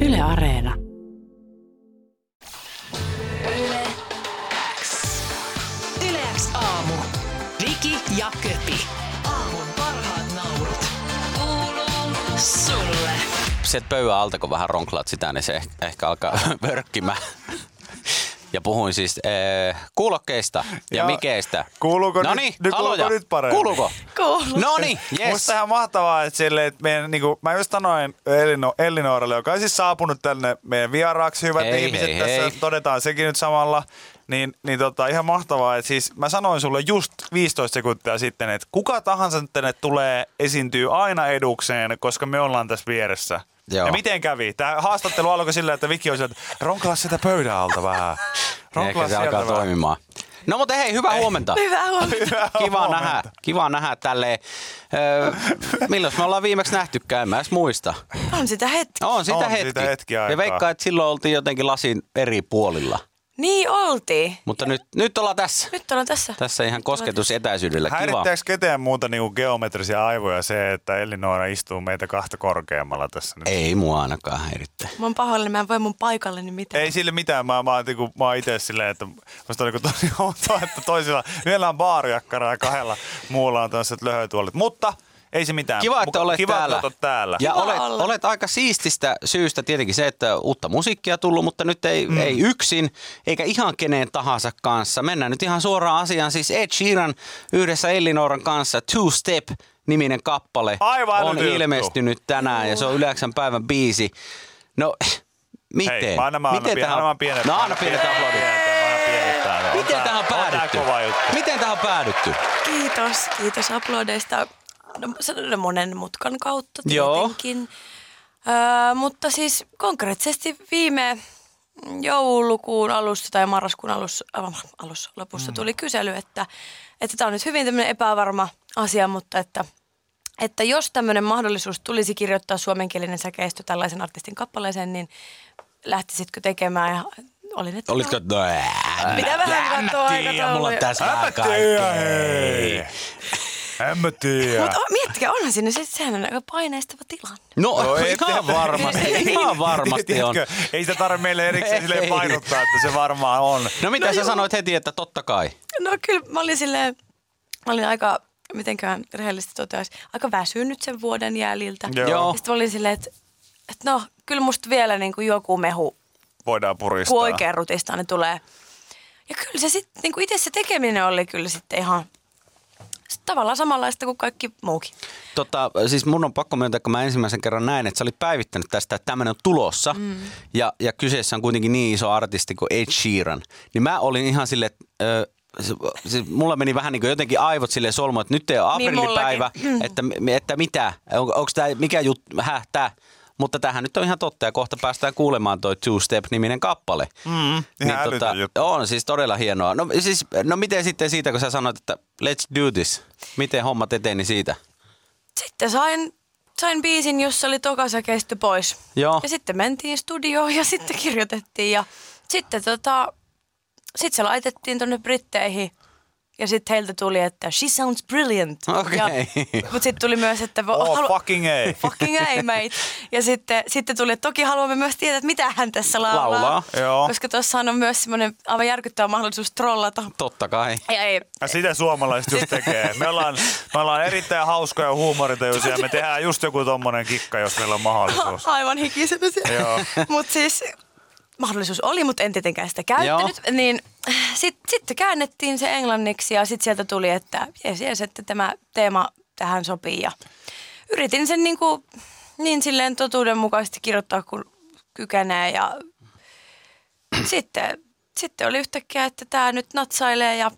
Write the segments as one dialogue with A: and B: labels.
A: Yle Areena.
B: Yle X. Yle X aamu. Viki ja Köpi. Aamun parhaat naurut. Kuuluu sulle.
C: sieltä pöydän alta, kun vähän ronklaat sitä, niin se ehkä, ehkä alkaa vörkkimään. Ja puhuin siis ee, kuulokkeista ja,
D: Ja
C: mikeistä.
D: kuuluuko
C: Noniin,
D: nyt- nyt-
C: aloja.
D: kuuluuko nyt paremmin?
C: Kuuluuko?
A: Kuuluu.
C: No niin,
D: Yes.
C: yes.
D: Musta ihan mahtavaa, että, sille, että meidän, niin kuin, mä just sanoin Elino, Elinoralle, joka on siis saapunut tänne meidän vieraaksi, hyvät
C: Hei,
D: ihmiset,
C: hei,
D: tässä
C: hei.
D: todetaan sekin nyt samalla, niin, niin tota, ihan mahtavaa, että siis mä sanoin sulle just 15 sekuntia sitten, että kuka tahansa tänne tulee, esiintyy aina edukseen, koska me ollaan tässä vieressä.
C: Joo.
D: Joo. Ja miten kävi? Tämä haastattelu alkoi sillä, että Viki on sieltä, ronkla sitä pöydän alta vähän.
C: Ehkä
D: Ronkla
C: se
D: sieltä
C: alkaa
D: vähän.
C: toimimaan. No mutta hei, hyvää huomenta.
A: Hyvää huomenta.
C: Kiva nähdä, kiva nähdä tälleen. Öö, milloin me ollaan viimeksi nähtykään, en mä edes muista.
A: On sitä hetki.
C: On sitä
D: On
C: hetki.
D: siitä hetki
C: ja
D: aikaa.
C: veikkaan, että silloin oltiin jotenkin lasin eri puolilla.
A: Niin oltiin.
C: Mutta nyt, nyt ollaan tässä.
A: Nyt ollaan tässä.
C: Tässä ihan kosketusetäisyydellä. Kiva.
D: Häirittääkö ketään muuta niinku geometrisia aivoja se, että Elinora istuu meitä kahta korkeammalla tässä nyt?
C: Ei mua ainakaan häirittää.
A: Mä oon pahoillani, mä en voi mun paikalleni mitään.
D: Ei sille mitään, mä, mä, oon niinku, mä oon itse silleen, että musta on niinku tosi outoa, että toisilla, yhdellä on baariakkara ja kahdella muulla on tämmöiset löhötuolit, mutta ei se mitään.
C: Kiva, että
D: Muka-
C: olet
D: kiva,
C: täällä.
D: Että olet täällä.
C: Ja
A: Kiva
C: olet,
A: olla.
C: olet aika siististä syystä tietenkin se, että uutta musiikkia tullut, mutta nyt ei, mm. ei yksin eikä ihan keneen tahansa kanssa. Mennään nyt ihan suoraan asiaan. Siis Ed Sheeran yhdessä Elinoran kanssa Two Step niminen kappale
D: Aivan
C: on
D: älytön juttu.
C: ilmestynyt tänään ja se on yhdeksän päivän biisi. No, miten?
D: Hei, mä anna, mä anna,
C: miten
D: pien, anna, mä pienet,
C: No, anna pienet aplodit.
D: aplodit.
C: Miten tähän on päädytty?
D: On tää kova juttu.
C: Miten tähän on päädytty?
A: Kiitos, kiitos aplodeista. No, se on monen mutkan kautta
C: Joo.
A: tietenkin. Öö, mutta siis konkreettisesti viime joulukuun alussa tai marraskuun alussa, aivan alussa
C: Mm.
A: lopussa tuli kysely, että että tämä on nyt hyvin tämmöinen epävarma asia, mutta että, että jos tämmöinen mahdollisuus tulisi kirjoittaa suomenkielinen säkeistö tällaisen artistin kappaleeseen, niin lähtisitkö tekemään? Ja olin, että no,
C: Olitko...
A: Pitää vähän katsoa aikatauluja.
C: Mulla on tässä
D: Älä
C: vähän
D: tiedä,
C: kaikkea.
D: hei. En mä tiedä.
A: Mutta miettikää, onhan siinä, se- sehän on aika paineistava tilanne.
C: No,
D: No, ei
C: ihan
D: tiedä.
C: varmasti,
A: Niin.
C: ihan varmasti on.
D: Tiedätkö, ei sitä tarvitse meille
C: Ei.
D: erikseen silleen painottaa, että se varmaan on.
C: No mitä no, sä sanoit heti, että totta kai?
A: No kyllä, mä olin silleen, mä olin aika, mitenkään rehellisesti toteaisin, aika väsynyt sen vuoden jäljiltä.
D: Joo.
C: Joo.
A: Ja sitten mä olin silleen, että, että no, kyllä musta vielä niin kuin joku mehu,
D: Voidaan puristaa.
A: kun oikein rutistaa, ne tulee. Ja kyllä se sitten, niin kuin itse se tekeminen oli kyllä sitten ihan sit tavallaan samanlaista kuin kaikki muukin.
C: Tota, siis mun on pakko myöntää, kun mä ensimmäisen kerran näin, että sä olit päivittänyt tästä, että tämmöinen on tulossa. Mm. Ja, ja kyseessä on kuitenkin niin iso artisti kuin Ed Sheeran. Niin mä olin ihan silleen, että... Ö, se, se, mulla meni vähän niin kuin jotenkin aivot sille solmuun, että nyt ei ole
A: Niin mullakin.
C: aprillipäivä, että, että mitä, on, onko tämä, mikä juttu, häh, tää. Mutta tämähän nyt on ihan totta ja kohta päästään kuulemaan toi Two Step-niminen kappale. Mm,
D: ihan älytön juttu.
C: On siis todella hienoa. No, siis, no miten sitten siitä, kun sä sanoit, että let's do this, miten hommat eteni siitä?
A: Sitten sain, sain biisin, jossa oli tokasäkeistö pois.
C: Joo.
A: Ja sitten mentiin studioon ja sitten kirjoitettiin ja sitten tota, sit se laitettiin tuonne Britteihin. Ja sitten heiltä tuli, että she sounds brilliant.
C: Okei.
A: Mutta sitten tuli myös, että vo-
D: Oh, fucking ei.
A: fucking ei, mate. Ja sitten, sitten tuli, että toki haluamme myös tietää, että mitä hän tässä laulaa.
C: Laulaa,
D: joo.
A: Koska tuossahan on myös semmoinen aivan järkyttävä mahdollisuus trollata.
C: Totta kai.
A: Ei, ei,
D: Ja sitä suomalaiset just tekee. Me ollaan, me ollaan erittäin hauskoja ja huumoritajuisia. Me tehdään just joku tommonen kikka, jos meillä on mahdollisuus.
A: Aivan hikisenä
D: Joo.
A: Mutta siis mahdollisuus oli, mutta en tietenkään sitä käyttänyt. Joo. Niin sitten sit se käännettiin se englanniksi ja sitten sieltä tuli, että jes, jes, että tämä teema tähän sopii. Ja yritin sen niinku, niin silleen totuudenmukaisesti kirjoittaa, kun kykenee. Ja sitten, sitten oli yhtäkkiä, että tämä nyt natsailee ja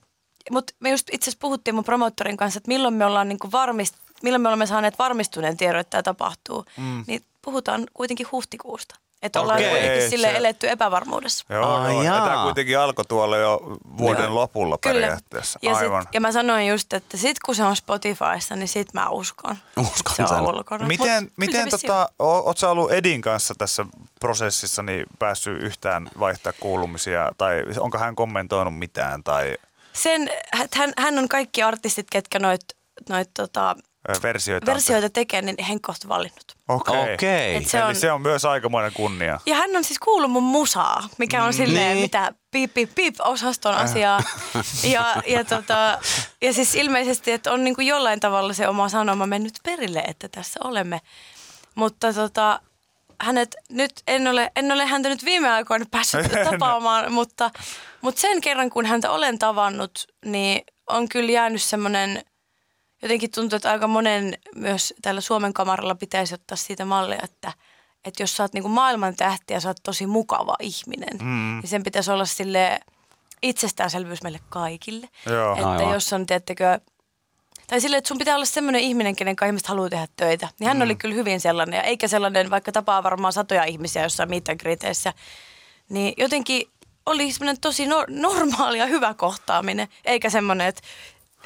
A: mutta me just itse asiassa puhuttiin mun promoottorin kanssa, että milloin me ollaan niinku varmist, milloin me olemme saaneet varmistuneen tiedon, että tämä tapahtuu. Mm. Niin puhutaan kuitenkin huhtikuusta. Että ollaan
C: Okei,
A: kuitenkin sille
D: se-
A: eletty epävarmuudessa.
D: Joo,
C: Ai
D: joo. Ja
C: jaa.
D: tämä kuitenkin alkoi tuolla jo vuoden
C: Joo.
D: lopulla
A: Kyllä.
D: periaatteessa.
A: Ja, sit,
D: Aivan.
A: ja mä sanoin just, että sit kun se on Spotifyssa, niin sit mä uskon.
C: Uskon
A: se
C: sen.
A: on ulkona.
D: Miten,
A: Mut kyllä
D: miten
A: se vissiin-
D: tota, o- oot sä ollut Edin kanssa tässä prosessissa niin päässyt yhtään vaihtaa kuulumisia tai onko hän kommentoinut mitään tai
A: Sen, että hän, hän on kaikki artistit, ketkä noit, noit tota,
D: ö, versioita.
A: versioita tekee, niin Henkko on valinnut.
D: Okei. Okay.
C: Okei.
A: Et
C: Okay.
A: se
D: Eli
A: on-
D: se on myös aikamoinen kunnia.
A: Ja hän on siis kuullut mun musaa, mikä on silleen
C: niin.
A: mitä piip, piip, piip osaston asiaa. ja, ja, tota, ja siis ilmeisesti, että on niin kuin jollain tavalla se oma sanoma mennyt perille, että tässä olemme. Mutta tota, hänet nyt, en ole, en ole häntä nyt viime aikoina päässyt tapaamaan, mutta, mutta sen kerran kun häntä olen tavannut, niin on kyllä jäänyt semmoinen, jotenkin tuntuu, että aika monen myös täällä Suomen kamaralla pitäisi ottaa siitä mallia, että, että jos sä oot niinku maailman tähti ja sä oot tosi mukava ihminen, mm. niin sen pitäisi olla sille itsestäänselvyys meille kaikille.
D: Joo.
A: Että
C: Aivan.
A: jos on, tiettäkö, tai silleen, että sun pitää olla semmoinen ihminen, kenen kanssa ihmiset haluaa tehdä töitä. Niin hän mm. oli kyllä hyvin sellainen, ja eikä sellainen, vaikka tapaa varmaan satoja ihmisiä jossain mittagriteissä, niin jotenkin oli semmoinen tosi no- normaali ja hyvä kohtaaminen, eikä semmoinen, että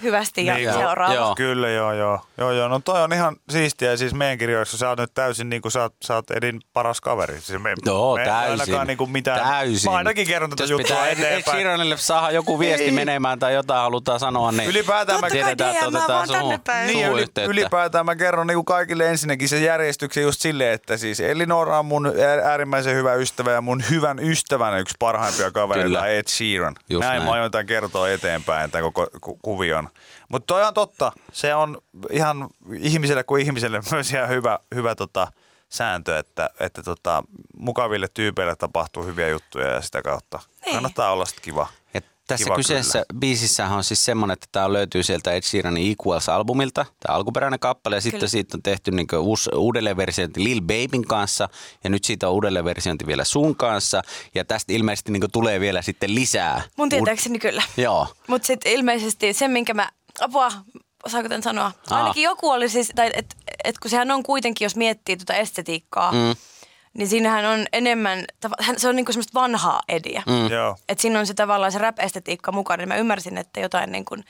A: hyvästi ja
D: Niin,
A: niin,
D: joo,
A: seuraava.
C: joo.
A: Joo.
D: Kyllä, joo, joo. Joo, joo. No toi on ihan siistiä. Ja Siis meidän kirjoissa sä oot nyt täysin, niin kuin sä, oot- sä oot Edin paras kaveri. Siis me,
C: Joo,
D: me ei
C: No, täysin.
D: ainakaan niin kuin mitään.
C: Täysin.
D: Mä ainakin kerron tätä
C: Jos
D: juttua
C: pitää Ed
D: eteenpäin.
C: Sheeranille saada joku viesti
A: Niin.
D: Ei.
C: menemään tai jotain halutaan sanoa, niin
D: Ylipäätään mä
A: Totta kai
C: tiedetään, että
A: DM -ää
C: otetaan
A: vaan tänne
C: suun,
A: päin.
D: Niin, ja
C: suun
D: yli,
C: yhteyttä.
D: ylipäätään mä kerron niin kuin kaikille ensinnäkin sen järjestyksen just silleen, että siis Elinora on mun ää- äärimmäisen hyvä ystävä ja mun hyvän ystävän yksi parhaimpia kavereita,
C: Kyllä.
D: Ed Sheeran.
C: Just
D: näin,
C: näin.
D: mä aion tämän kertoa eteenpäin, tämän koko ku- kuvion. Mutta toi on totta, se on ihan ihmiselle kuin ihmiselle myös ihan hyvä, hyvä tota, sääntö, että, että tota, mukaville tyypeille tapahtuu hyviä juttuja ja sitä kautta
A: Niin.
D: kannattaa olla sitten kiva.
C: Ja tässä
D: Kiva
C: Kiva kyseessä kyllä. biisissähän on siis semmoinen, että tämä löytyy sieltä Ed Sheeranin Equals-albumilta, tämä alkuperäinen kappale, ja sitten
A: Kyllä.
C: siitä on tehty niin uusi uudelleenversiointi Lil Babyn kanssa, ja nyt siitä on uudelleenversiointi vielä sun kanssa, ja tästä ilmeisesti niin tulee vielä sitten lisää.
A: Mun tietääkseni kyllä.
C: Uud- Joo.
A: Mutta sitten ilmeisesti se, minkä mä, apua, saako tämän sanoa?
C: Aa.
A: Ainakin joku oli siis, tai et, et kun sehän on kuitenkin, jos miettii tuota estetiikkaa, mm. niin siinähän on enemmän, tava- hän- se on niinku semmoista vanhaa ediä. Mm.
D: Mm. Joo.
A: Et siinä on se tavallaan se rap-estetiikka mukana, niin mä ymmärsin, että jotain niin kuin,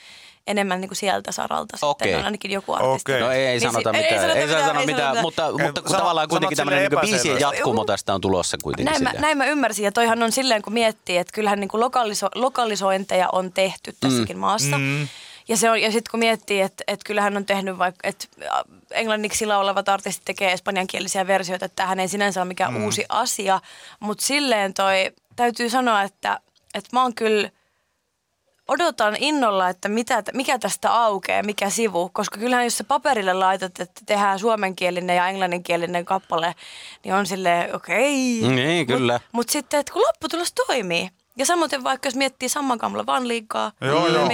A: enemmän niin kuin sieltä saralta
C: Okei.
A: sitten on ainakin joku artisti.
D: Okei.
C: No ei, ei
A: Niin
C: sanota
A: si-
C: mitään, ei, saa sanoa
A: ei
C: mitään,
A: sanota-
C: mutta,
D: Ei,
C: mutta kun
D: sano-
C: tavallaan kuitenkin
D: sanot
C: tämmöinen niin
D: silleen
C: biisien
D: epäselvästi.
C: jatkumo tästä on tulossa kuitenkin
A: Näin mä,
C: silleen.
A: näin mä ymmärsin ja toihan on silleen, kun miettii, että kyllähän niin kuin lokaliso, lokalisointeja on tehty tässäkin maassa. Mm. Ja, se on- ja sitten kun miettii, että et kyllähän on tehnyt vaikka, että äh, englanniksi laulavat artistit tekee espanjankielisiä versioita, että tämähän ei sinänsä ole mikään mm. uusi asia. Mutta silleen toi, täytyy sanoa, että et mä oon kyllä, odotan innolla, että mitä, mikä tästä aukeaa, mikä sivu. Koska kyllähän jos se paperille laitat, että tehdään suomenkielinen ja englanninkielinen kappale, niin on silleen okei. Okay.
C: Niin, kyllä.
A: Mutta mut sitten, että kun lopputulos toimii. Ja samoin vaikka jos miettii Samman Kamla vaan liikaa,
D: Joo, joo.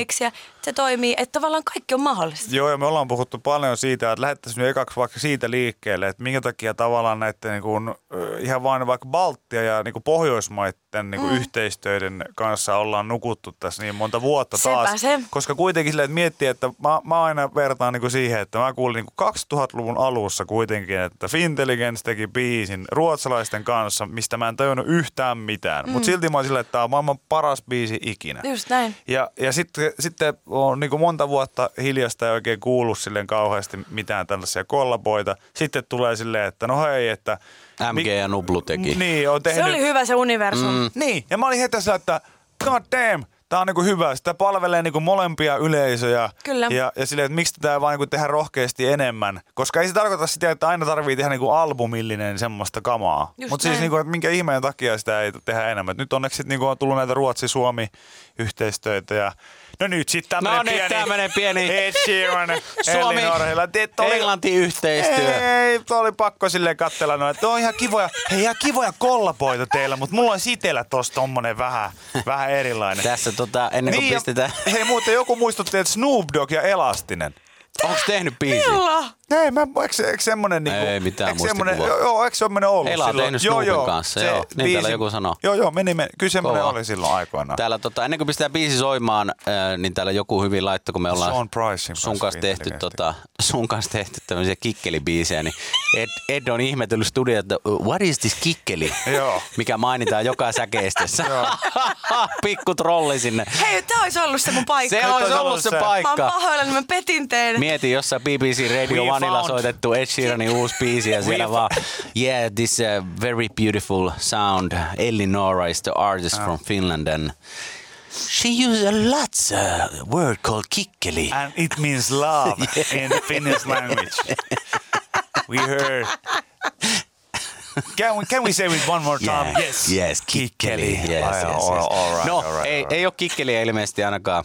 A: se toimii, että tavallaan kaikki on mahdollista.
D: Joo, ja me ollaan puhuttu paljon siitä, että lähettäisiin nyt ekaksi vaikka siitä liikkeelle, että minkä takia tavallaan näiden niin kuin, ö, ihan vain vaikka Baltia ja niin kuin Pohjoismaiden niin kuin mm. yhteistyöiden kanssa ollaan nukuttu tässä niin monta vuotta
A: Sepä
D: taas.
A: se.
D: Koska kuitenkin silleen, että miettii, että mä, mä aina vertaan niin kuin siihen, että mä kuulin niin kuin 2000-luvun alussa kuitenkin, että Fintelligence teki biisin ruotsalaisten kanssa, mistä mä en tajunnut yhtään mitään. Mm. Mutta silti mä oon silleen, että tämä on maailman paras biisi ikinä.
A: Just näin.
D: Ja, ja sitten, sitten on niin monta vuotta hiljasta ei oikein kuulu silleen kauheasti mitään tällaisia kollaboita. Sitten tulee silleen, että no hei, että...
C: MG ja Nublu teki.
D: Niin, on tehnyt...
A: Se oli hyvä se universum. Mm.
D: Niin, ja mä olin heti sillä, että god damn, tää on niinku hyvä. Sitä palvelee niinku molempia yleisöjä.
A: Kyllä.
D: Ja, ja silleen, että miksi tätä ei vaan niinku tehdä rohkeasti enemmän. Koska ei se tarkoita sitä, että aina tarvii tehdä niinku albumillinen semmoista kamaa.
A: Just
D: Mutta siis
A: näin.
D: niinku, että minkä ihmeen takia sitä ei tehdä enemmän. Et nyt onneksi sit niinku on tullut näitä Ruotsi-Suomi-yhteistöitä ja... No nyt sitten tämmönen
C: No nyt
D: pieni...
C: tämmönen pieni
D: Ed Sheeran,
C: Suomi,
D: Elinor Hila. Tiedät, oli-
C: Englanti yhteistyö.
D: ei, toi oli pakko silleen katsella noin, että on ihan kivoja, hei ihan kivoja kollapoita teillä, mutta mulla on itellä tossa tommonen vähän, vähän erilainen.
C: Tässä tota, ennen kuin
D: Niin, ja-
C: pistetään,
D: Hei muuten joku muistutti, että Snoop Dogg ja Elastinen.
C: onko tehnyt biisin?
D: Ei, mä, eikö, se- eikö semmonen niinku...
C: Ei mitään
D: eikö semmonen, joo,
C: muistikuvaa.
D: joo, eikö semmonen ollut
C: Ela on
D: silloin?
C: tehnyt Snoopin kanssa, joo. Niin täällä joku sanoo.
D: Joo, joo, meni, meni. Kyllä semmonen
C: Kova.
D: oli silloin aikoinaan.
C: Täällä tota, ennen kuin pistetään biisi soimaan, ää, niin täällä joku hyvin laittoi, kun me ollaan
D: Sean Pricein
C: sun,
D: kanssa
C: kanssa tehty,
D: viitteli
C: tota, sun kanssa tehty tämmöisiä kikkelibiisejä, niin Ed, Ed on ihmetellyt studio, että uh, what is this kikkeli,
D: Joo.
C: mikä mainitaan joka säkeistössä.
D: Joo.
C: Pikku trolli sinne.
A: Hei, tää olisi ollut se mun paikka.
C: Se
D: olisi
C: olisi
D: ollut
C: ollut se
D: se.
A: Mä oon
C: paikka.
A: pahoillani, mä petin teidät.
C: Mieti jossa BBC Radio
D: We
C: Vanilla
D: found-
C: soitettu Ed Sheeranin uusi biisi ja siellä vaan Yeah, this
D: Ah.
C: uh, very beautiful sound. Elinora is the artist from Finland and She uses a lot uh, word called kikkeli.
D: And it means love in Finnish language. We heard. Can we, can we say it one more time?
C: Yeah. Yes, kikkeli. Yes, yes, yes.
D: All, all right,
C: no,
D: all right,
C: ei,
D: all right.
C: ei ole kikkeliä ilmeisesti ainakaan.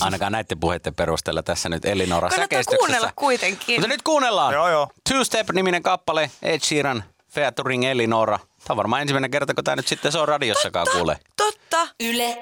C: Ainakaan näiden puheiden perusteella tässä nyt Elinora
A: Kannattaa
C: säkeistyksessä.
A: kuunnella kuitenkin.
C: Mutta nyt kuunnellaan.
D: Joo, joo.
C: Two Step-niminen kappale, Ed Sheeran, featuring Elinora. Tämä on varmaan ensimmäinen kerta, kun tämä nyt sitten se on radiossakaan kuulee.
A: Totta.
B: Yle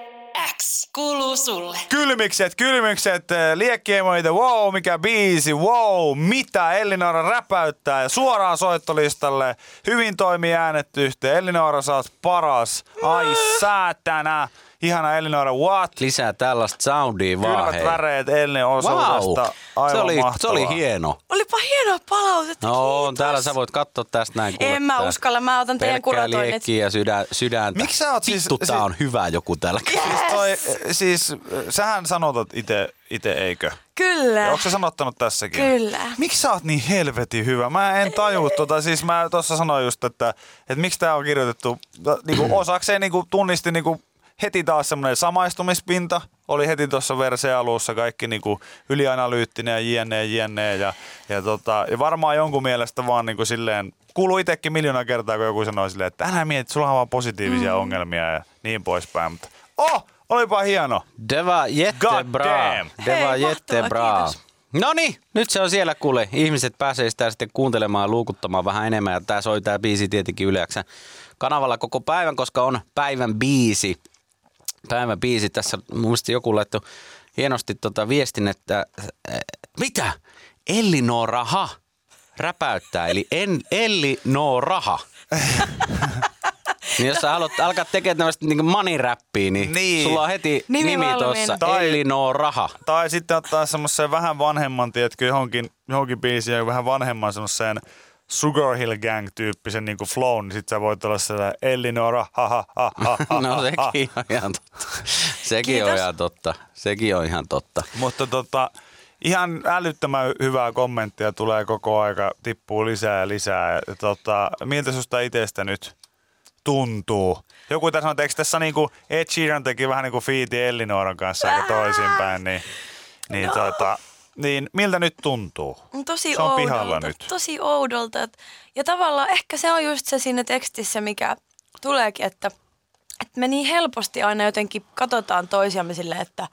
B: X kuuluu sulle.
D: Kylmikset, kylmikset, äh, liekkiemoita, wow, mikä biisi, wow, mitä Elinora räpäyttää. Ja suoraan soittolistalle, hyvin toimii äänet yhteen. Elinora, sä oot paras.
C: Mm.
D: Ai säätänä. Ihana Elinora, what?
C: Lisää tällaista soundia vaan.
D: Kylmät
C: hei.
D: väreet Elin
C: Vau,
D: osuudesta. Aivan
C: se oli, se
D: mahtavaa.
C: oli hieno.
A: Olipa hienoa palautetta.
C: No,
A: kiitos.
C: täällä sä voit katsoa tästä näin. kuule,
A: En mä
C: tää
A: uskalla, mä otan teidän
C: pelkkää
A: kuratoinnit.
C: liekkiä ja sydä, sydäntä.
D: Miksi sä oot siis-
C: Vittu, tää
D: si-
C: on hyvä joku täällä.
D: Siis, toi, siis äh, sähän sanotat itse, ite, eikö?
A: Kyllä.
D: Onko sä sanottanut tässäkin?
A: Kyllä.
D: Miksi sä oot niin helvetin hyvä? Mä en taju tota, siis mä tuossa sanoin just, että, että miksi tää on kirjoitettu ta- niinku osakseen niinku tunnisti niinku heti taas semmoinen samaistumispinta. Oli heti tuossa verseen alussa kaikki niinku ylianalyyttinen ja jne, jne. Ja, ja, tota, ja varmaan jonkun mielestä vaan niinku silleen, kuuluu itsekin miljoona kertaa, kun joku sanoo silleen, että älä mieti, sulla on vaan positiivisia mm. ongelmia ja niin poispäin. Mutta oh, olipa hieno.
C: Det var jättebra.
D: damn.
C: Det var
A: Hei,
C: jättebra.
A: mahtavaa, kiitos.
C: No niin, nyt se on siellä kuule. Ihmiset pääsee sitä sitten kuuntelemaan ja luukuttamaan vähän enemmän. Ja tää soi tää biisi tietenkin yleensä kanavalla koko päivän, koska on päivän biisi. Päivän biisi. Tässä mun mielestä joku laittoi hienosti tota viestin, että äh, mitä? Ellinoraha räpäyttää. Eli en, Ellinoraha. niin jos sä haluat alkaa tekemään tämmöistä niin maniräppiä, niin,
D: Niin.
C: sulla on heti
A: Nimi
C: nimi, nimi tuossa.
A: valmiina.
D: Tai-
C: Elinoraha.
D: Tai sitten ottaa semmoiseen vähän vanhemman, tiedätkö, johonkin, johonkin biisiin, ja vähän vanhemman semmoiseen Sugar Hill Gang-tyyppisen niin flown, niin sit sä voit olla siellä Elinora, ha ha ha ha, ha
C: No
D: ha, ha.
C: sekin on ihan totta. Sekin on
A: Kiitos.
C: ihan totta. Sekin on ihan totta.
D: Mutta tota, ihan älyttömän hyvää kommenttia tulee koko aika, tippuu lisää ja lisää. Ja Tota, miltä susta itsestä nyt tuntuu? Joku tässä on, eikö tässä niinku Ed Sheeran teki vähän niin kuin fiiti Elinoran kanssa aika toisinpäin, niin, niin, no. tota, niin miltä nyt tuntuu?
A: Mm, Tosi
D: Se on
A: oudolta,
D: pihalla nyt.
A: Tosi oudolta. et- Ja tavallaan ehkä se on just se siinä tekstissä, mikä tuleekin, että, että me niin helposti aina jotenkin katsotaan toisiamme silleen, että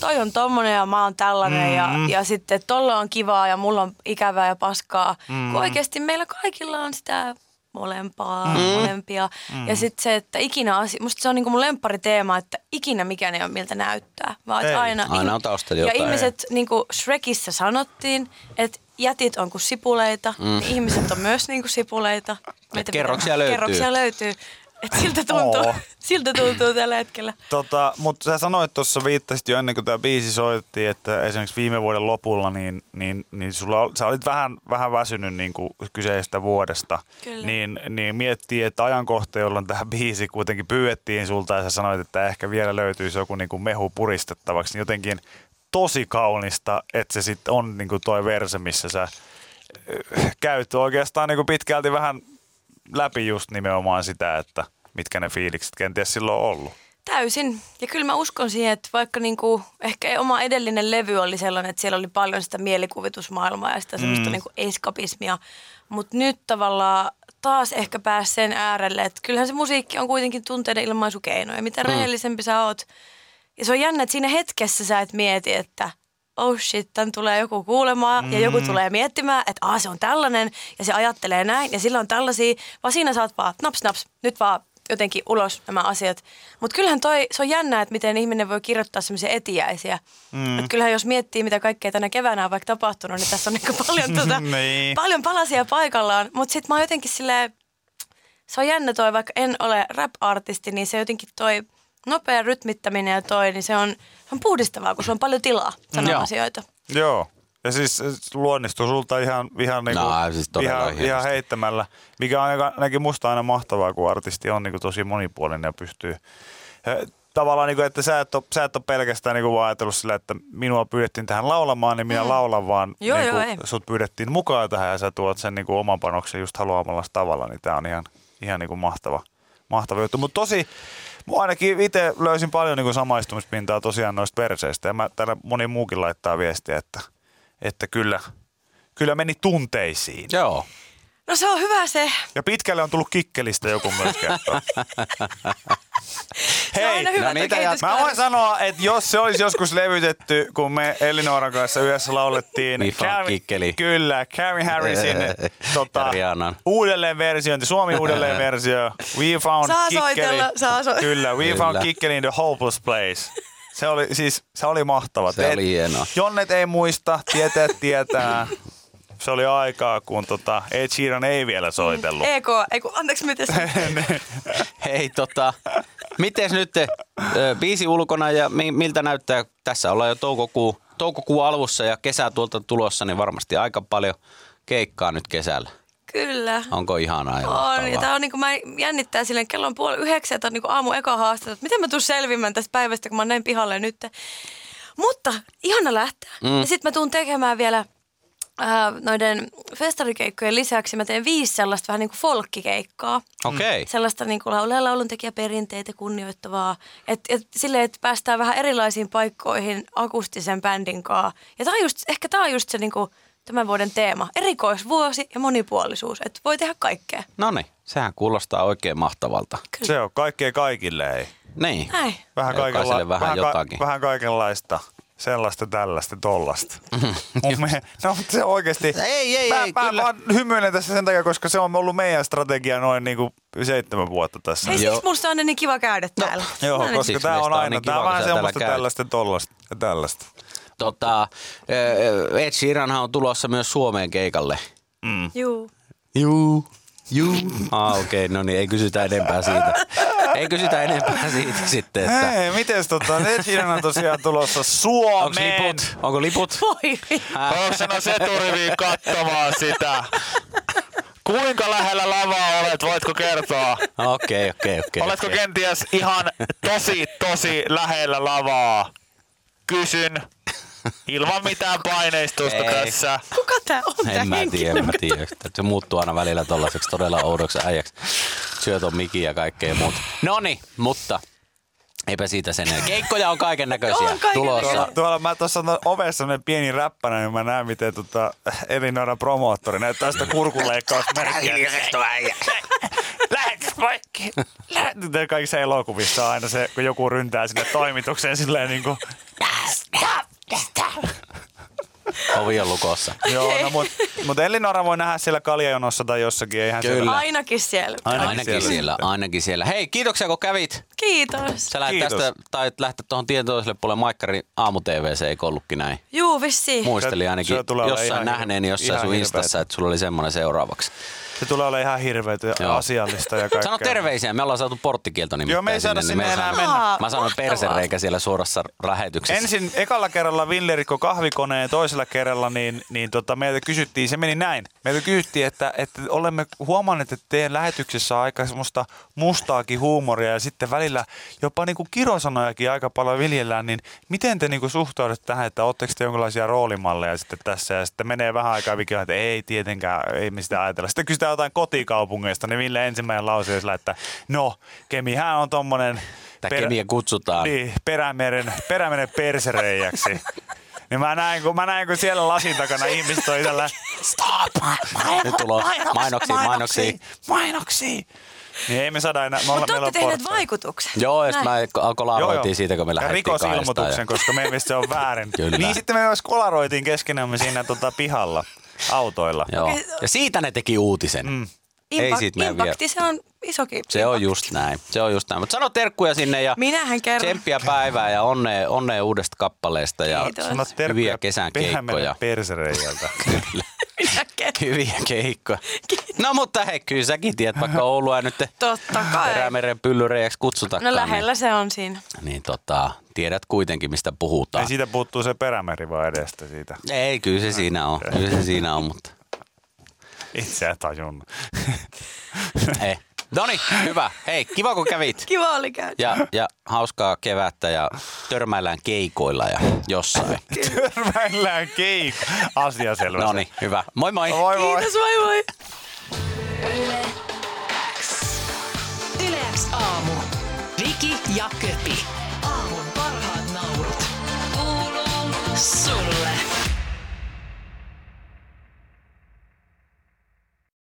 A: toi on tommonen ja mä oon tällainen mm-hmm. ja, ja sitten että tolla on kivaa ja mulla on ikävää ja paskaa. Mm-hmm. Kun oikeasti meillä kaikilla on sitä molempaa, mm-hmm. molempia. Mm-hmm. Ja sitten se, että ikinä asia, musta se on niinku mun lemppariteema, että ikinä mikään ei ole miltä näyttää, vaan
D: Ei.
A: että aina,
C: Aina on taustalla
A: Niin ja
C: jotain.
A: ihmiset, niin kuin Shrekissä sanottiin, että jätit on kuin sipuleita, mm. ihmiset on myös niin kuin sipuleita. Meitä
C: kerroksia
A: pitää-
C: löytyy.
A: Kerroksia löytyy. Et siltä, tuntuu,
D: Oo.
A: siltä tuntuu tällä hetkellä.
D: Tota, mutta sä sanoit tuossa, viittasit jo ennen kuin tämä biisi soitettiin, että esimerkiksi viime vuoden lopulla, niin, niin, niin sulla, ol- sä olit vähän, vähän väsynyt niin kuin kyseisestä vuodesta.
A: Kyllä.
D: Niin, niin miettii, että ajankohta, jolloin tämä biisi kuitenkin pyydettiin sulta ja sä sanoit, että ehkä vielä löytyisi joku niin kuin mehu puristettavaksi, niin jotenkin tosi kaunista, että se sitten on niin kuin toi verse, missä sä äh, käyt oikeastaan niin kuin pitkälti vähän läpi just nimenomaan sitä, että mitkä ne fiilikset kenties silloin on ollut.
A: Täysin. Ja kyllä mä uskon siihen, että vaikka niinku, ehkä oma edellinen levy oli sellainen, että siellä oli paljon sitä mielikuvitusmaailmaa ja sitä semmoista mm. niinku eskapismia. Mutta nyt tavallaan taas ehkä pääs sen äärelle, että kyllähän se musiikki on kuitenkin tunteiden ilmaisukeino. Ja
C: Mm.
A: mitä rehellisempi sä oot. Ja se on jännä, että siinä hetkessä sä et mieti, että oh shit, tän tulee joku kuulemaan mm. ja joku tulee miettimään, että aah se on tällainen ja se ajattelee näin ja sillä on tällaisia. Vaan siinä sä oot vaan naps naps, nyt vaan jotenkin ulos nämä asiat. Mutta kyllähän toi, se on jännää, että miten ihminen voi kirjoittaa semmoisia etiäisiä. Mm. Et kyllähän jos miettii, mitä kaikkea tänä keväänä on vaikka tapahtunut, niin tässä on niinku paljon, tota,
D: Niin.
A: paljon palasia paikallaan. Mutta sitten mä oon jotenkin silleen, se on jännä toi, vaikka en ole rap-artisti, niin se jotenkin toi nopea rytmittäminen ja toi, niin se on, se on puhdistavaa, kun se on paljon tilaa sanoa
C: Joo.
A: asioita.
D: Joo. Ja siis luonnistuu sulta ihan, ihan, niinku,
C: No, siis todella
D: ihan,
C: hienosti.
D: ihan heittämällä, mikä on aika- ainakin musta aina mahtavaa, kun artisti on niinku tosi monipuolinen ja pystyy Ö, tavallaan, niinku, että sä et ole, sä et ole pelkästään niinku vaan ajatellut sillä, että minua pyydettiin tähän laulamaan, niin minä mm. laulan, vaan
A: Joo,
D: niinku,
A: joo, ei.
D: sut pyydettiin mukaan tähän ja sä tuot sen niinku oman panoksen just haluamalla tavalla, niin tää on ihan, ihan niinku mahtava, mahtava juttu. Mutta tosi, mua ainakin itse löysin paljon niin samaistumispintaa tosiaan noista perseistä. Ja mä, täällä moni muukin laittaa viestiä, että, että kyllä, kyllä meni tunteisiin.
C: Joo.
A: No se on hyvä se.
D: Ja pitkälle on tullut kikkelistä joku myös kertoa.
A: Se on aina hyvä,
C: no niitä
A: että kehitys-
D: Mä voin sanoa, että jos se olisi joskus levytetty, kun me Elinoran kanssa yhdessä laulettiin
C: We found kikkeli.
D: kyllä, Carrie Harrisin tota,
C: Rihannan.
D: uudelleen versiointi, Suomi uudelleen versio. We found
A: Saa
D: kikkeli.
A: soitella, saa so-
D: Kyllä, We
C: Kyllä.
D: found kikkeli in the hopeless place. Se oli, siis, se oli mahtava.
C: Se oli hienoa.
D: Jonnet ei muista, tietää tietää. Se oli aikaa, kun tota Ed Sheeran ei vielä soitellut.
A: EK, ei kun, anteeksi, miten se?
C: Hei tota, mites nyt ö, biisi ulkona ja mi- miltä näyttää? Tässä ollaan jo toukokuu, toukokuun alussa ja kesä tuolta tulossa, niin varmasti aika paljon keikkaa nyt kesällä.
A: Kyllä.
C: Onko ihanaa ja
A: On, ja
C: mahtavaa?
A: tää on niinku, mä jännittää silleen, kello on puoli yhdeksän, että on niinku aamu eka haastattelu. että Miten mä tuun selviämään tästä päivästä, kun mä oon näin pihalle nyt. Mutta ihana lähtää. Mm. Ja sit mä tuun tekemään vielä äh, noiden festarikeikkojen lisäksi mä teen viisi sellaista vähän niin kuin folkkikeikkaa.
C: Okei.
A: Sellaista niin kuin laulaa lauluntekijäperinteitä kunnioittavaa. Et, et, silleen, että päästään vähän erilaisiin paikkoihin akustisen bändin kanssa. Ja tää on just, ehkä tämä on just se niin kuin tämän vuoden teema. Erikoisvuosi ja monipuolisuus. Että voi tehdä kaikkea.
C: No niin, sehän kuulostaa oikein mahtavalta.
D: Se on kaikkea kaikille ei.
C: Niin.
A: Näin.
D: Vähän,
C: Jokaiselle
D: kaikenla-
C: vähän
D: ka-
C: jotakin.
D: vähän kaikenlaista. Sellaista, tällaista, tollasta. Mun mie- no, mutta se oikeasti...
C: Ei, ei,
D: mä,
C: ei,
D: mä,
C: kyllä.
D: mä hymyilen tässä sen takia, koska se on ollut meidän strategia noin niinku seitsemän vuotta tässä.
A: Hei,
C: Joo. No,
A: siksi musta on niin kiva käydä täällä.
D: Joo,
A: Mä en-
D: koska
C: siksi
D: tämä
C: meistä
D: on
C: on
D: aina,
C: niin
D: tämä on
C: kiva, kun
D: vähän
C: sä täällä
D: semmoista
C: käyt.
D: tällaista, tollasta ja tällaista.
C: Tota, ö, Ed Sheeranhan on tulossa myös Suomeen keikalle.
A: Juu.
C: Juu. Juu. Ah, okei, no niin, ei kysytä enempää siitä. Ei kysytä enempää siitä sitten, että...
D: Hei, mites tota, Ed Sheeran on tosiaan tulossa
C: Onko
D: Suomeen.
C: liput? Onko liput?
A: Voi.
D: Onko se eturiviin katsomaan sitä?
E: Kuinka lähellä lavaa olet, voitko kertoa?
C: Okei, okei, okei.
E: Oletko
C: okei.
E: kenties ihan tosi, tosi lähellä lavaa? Kysyn. Ilman mitään paineistusta
C: Ei.
E: tässä.
A: Kuka tää on tää
C: En mä
A: henkilö?
C: tiedä, mä tiedän. Se muuttuu aina välillä tollaiseksi todella oudoksi äijäksi. Syötön miki ja kaikkea muuta. Noniin, mutta eipä siitä sen enää. Keikkoja on kaiken näköisiä
A: On kaiken
C: tulossa.
D: Tuolla,
A: Joo.
D: tuolla mä tuossa on ovessa semmonen pieni räppänä, niin mä näen miten tota Elinora promoottori näyttää sitä kurkunleikkausmerkkiä. Lähetäs poikki! Lähetäs kaikissa elokuvissa on aina se, kun joku ryntää sinne toimitukseen silleen niinku...
C: Ovi on lukossa.
D: Joo, no mut, mut Elinora voi nähdä siellä kaljajonossa tai jossakin, eihän
C: Kyllä.
D: siellä...
A: Ainakin siellä.
C: Ainakin,
D: Ainakin
C: ainakin
D: siellä.
C: siellä. Ainakin siellä. Hei, kiitoksia kun kävit.
A: Kiitos.
C: Sä lähdet
D: Kiitos.
C: tästä, tai lähteä tuohon tien toiselle puolelle Maikkari aamu TVC, eikö ollutkin näin?
A: Juu, vissiin.
C: Muistelin
D: Se-
C: ainakin
D: se tulee olla
C: jossain
D: ihan
C: nähneen
D: hirveä-
C: jossain
D: ihan
C: sun
D: hirveä.
C: instassa, että sulla oli semmoinen seuraavaksi.
D: Se tulee olemaan ihan hirveetä ja
C: Joo.
D: asiallista ja kaikkea.
C: Sano terveisiä, me ollaan saatu porttikielto nimittäin
D: Joo, me ei saada sinne
C: niin me
D: enää
C: sanon-
A: mennä.
C: Mä sanon
A: Mahtavaa.
C: persereikä siellä suorassa lähetyksessä.
D: Ensin ekalla kerralla Ville rikko kahvikoneen, toisella kerralla niin, niin tota, meiltä kysyttiin, se meni näin. Meiltä kysyttiin, että, että olemme huomanneet, että teidän lähetyksessä on aika semmoista mustaakin huumoria ja sitten välillä jopa niinku kirosanojakin aika paljon viljellään, niin miten te niinku suhtaudutte tähän, että oletteko te jonkinlaisia roolimalleja sitten tässä ja sitten menee vähän aikaa vikiä, että ei tietenkään, ei me sitä ajatella. Sitten kysytään jotain kotikaupungeista, niin Ville ensimmäinen lause on sillä, että no, Kemihän on tommonen
C: Tää Kemiä kutsutaan.
D: niin, perämeren, perämeren persereijäksi. Niin mä näin, kun, mä näin, kun siellä lasin takana ihmiset on tällä, stop,
C: Nyt tulee mainoksia, mainoksia.
D: mainoksia. Niin ei me saada enää, me ollaan,
A: Mutta
D: meillä on
A: olette tehneet
D: portti.
A: vaikutuksen.
C: Joo, ja
A: Näin.
C: sit mä alkoi kolaroitiin siitä, kun me
D: Ja
C: lähdettiin
D: rikosilmoituksen,
C: kahdestaan. ja-
D: koska me mielestä se on väärin.
C: Kyllä.
D: Niin sitten me myös kolaroitiin keskenämme siinä tota, pihalla autoilla.
C: Joo.
A: Okei.
C: Ja siitä ne teki uutisen.
D: Mm.
C: Ei
A: Impact-
C: siitä mene vielä.
A: Impacti, se on isokin.
C: Se on just näin. Se on just näin. Mutta sano terkkuja sinne ja
A: Minähän kerron.
C: tsemppiä päivää ja onnea, onnea uudesta kappaleesta ja
A: Kiitos.
D: Sano
C: hyviä kesän keikkoja.
D: perämeren persereijältä.
A: Minä kerron.
C: Hyviä keikkoja. No mutta hei, kyllä säkin tiedät, vaikka Oulua nyt
A: Totta kai.
C: Perämeren pyllyreijäksi kutsutakaan.
A: No lähellä se on siinä.
C: Niin, niin tota, tiedät kuitenkin, mistä puhutaan.
D: Ei siitä puuttuu se perämeri vaan edestä siitä.
C: Ei, kyllä se siinä on. Kyllä se siinä on, mutta
D: Itse et tajunnut.
C: ei. Noni, hyvä. Hei, kiva kun kävit.
A: Kiva oli käydä.
C: Ja, ja hauskaa kevättä ja törmäillään keikoilla ja jossain.
D: Törmäillään keik. Asia selvä.
C: No niin, hyvä. Moi moi!
D: Moi moi.
A: Kiitos, voi voi.
B: Yle X ja Köpi.